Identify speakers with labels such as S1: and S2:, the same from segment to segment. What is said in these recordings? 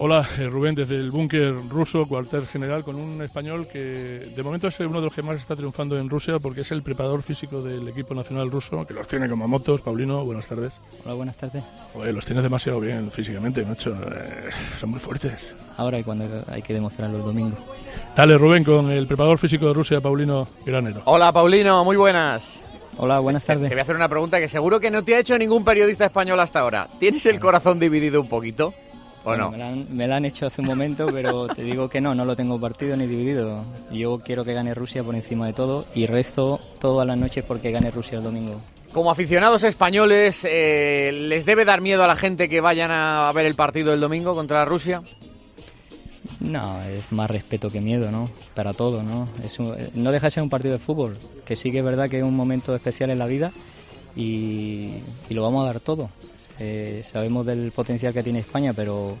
S1: Hola, eh, Rubén, desde el búnker ruso, cuartel general, con un español que de momento es uno de los que más está triunfando en Rusia porque es el preparador físico del equipo nacional ruso, que los tiene como motos. Paulino, buenas tardes.
S2: Hola, buenas tardes.
S1: Joder, los tienes demasiado bien físicamente, macho. Eh, son muy fuertes.
S2: Ahora y cuando hay que demostrarlo el domingo.
S1: Dale, Rubén, con el preparador físico de Rusia, Paulino Granero.
S3: Hola, Paulino, muy buenas.
S2: Hola, buenas tardes.
S3: Te voy a hacer una pregunta que seguro que no te ha hecho ningún periodista español hasta ahora. ¿Tienes el corazón dividido un poquito? ¿O
S2: Bueno,
S3: no?
S2: me, la han, me la han hecho hace un momento, pero te digo que no, no lo tengo partido ni dividido. Yo quiero que gane Rusia por encima de todo y rezo todas las noches porque gane Rusia el domingo.
S3: Como aficionados españoles, eh, ¿les debe dar miedo a la gente que vayan a ver el partido el domingo contra Rusia?
S2: No, es más respeto que miedo, ¿no? Para todo, ¿no? Es un- eh, no deja de ser un partido de fútbol, que sí que es verdad que es un momento especial en la vida y, y lo vamos a dar todo. Eh, sabemos del potencial que tiene España, pero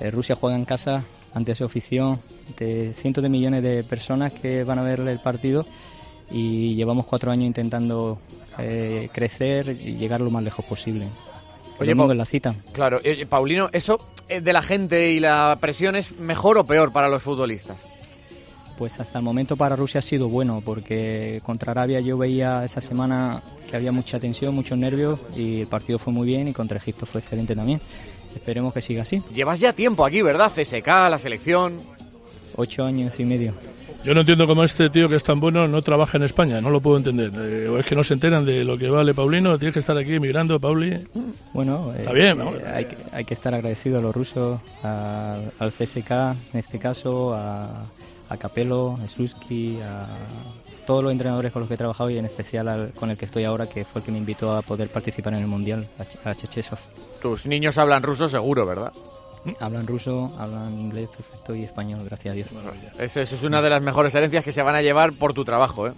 S2: eh, Rusia juega en casa ante su afición, de cientos de millones de personas que van a ver el partido y llevamos cuatro años intentando eh, crecer y llegar lo más lejos posible.
S3: Oye,
S2: Oye, domingo
S3: Pau-
S2: es la cita.
S3: Claro, eh, Paulino, ¿eso eh, de la gente y la presión es mejor o peor para los futbolistas?
S2: Pues hasta el momento para Rusia ha sido bueno, porque contra Arabia yo veía esa semana que había mucha tensión, muchos nervios, y el partido fue muy bien, y contra Egipto fue excelente también. Esperemos que siga así.
S3: Llevas ya tiempo aquí, ¿verdad? CSK, la selección.
S2: Ocho años y medio.
S1: Yo no entiendo cómo este tío que es tan bueno no trabaja en España, no lo puedo entender. Eh, o es que no se enteran de lo que vale Paulino, tienes que estar aquí emigrando, Pauli.
S2: Bueno, eh,
S1: Está bien, ¿no?
S2: eh, hay, que, hay que estar agradecido a los rusos, a- al CSK en este caso, a, a Capello, a Slutsky, a todos los entrenadores con los que he trabajado y en especial al- con el que estoy ahora, que fue el que me invitó a poder participar en el Mundial, a, Che- a Chechesov.
S3: Tus niños hablan ruso seguro, ¿verdad?
S2: Hablan ruso, hablan inglés perfecto y español, gracias a Dios.
S3: Eso, eso es una de las mejores herencias que se van a llevar por tu trabajo, ¿eh?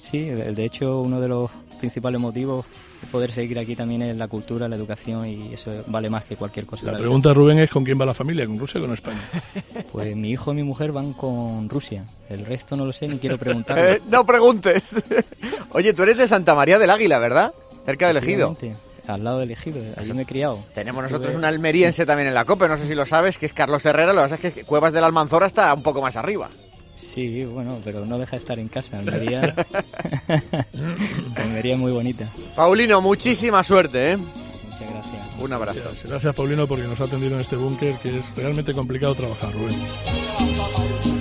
S2: Sí, de de hecho uno de los principales motivos de poder seguir aquí también es la cultura, la educación y eso vale más que cualquier cosa.
S1: La
S2: la
S1: pregunta, Rubén, es con quién va la familia, con Rusia o con España.
S2: verdad. Pues mi hijo y mi mujer van con Rusia, el resto no lo sé ni quiero
S3: Eh,
S2: preguntarlo.
S3: no preguntes. Oye, tú eres de Santa María del Águila, ¿verdad? Cerca del Ejido.
S2: Efectivamente, Al lado del Ejido, allí me he criado.
S3: Tenemos
S2: Estuve-
S3: nosotros un almeriense también en la COPE, no sé si lo sabes, que es Carlos Herrera, lo que pasa es que Cuevas del Almanzora está un poco más arriba.
S2: Sí, bueno, pero no deja de estar en casa. Almería, Almería es muy bonita.
S3: Paulino, muchísima suerte, ¿eh?
S2: Muchas gracias.
S3: Un abrazo.
S1: Gracias, Paulino, porque nos ha atendido en este búnker que es realmente complicado trabajar, Rubén.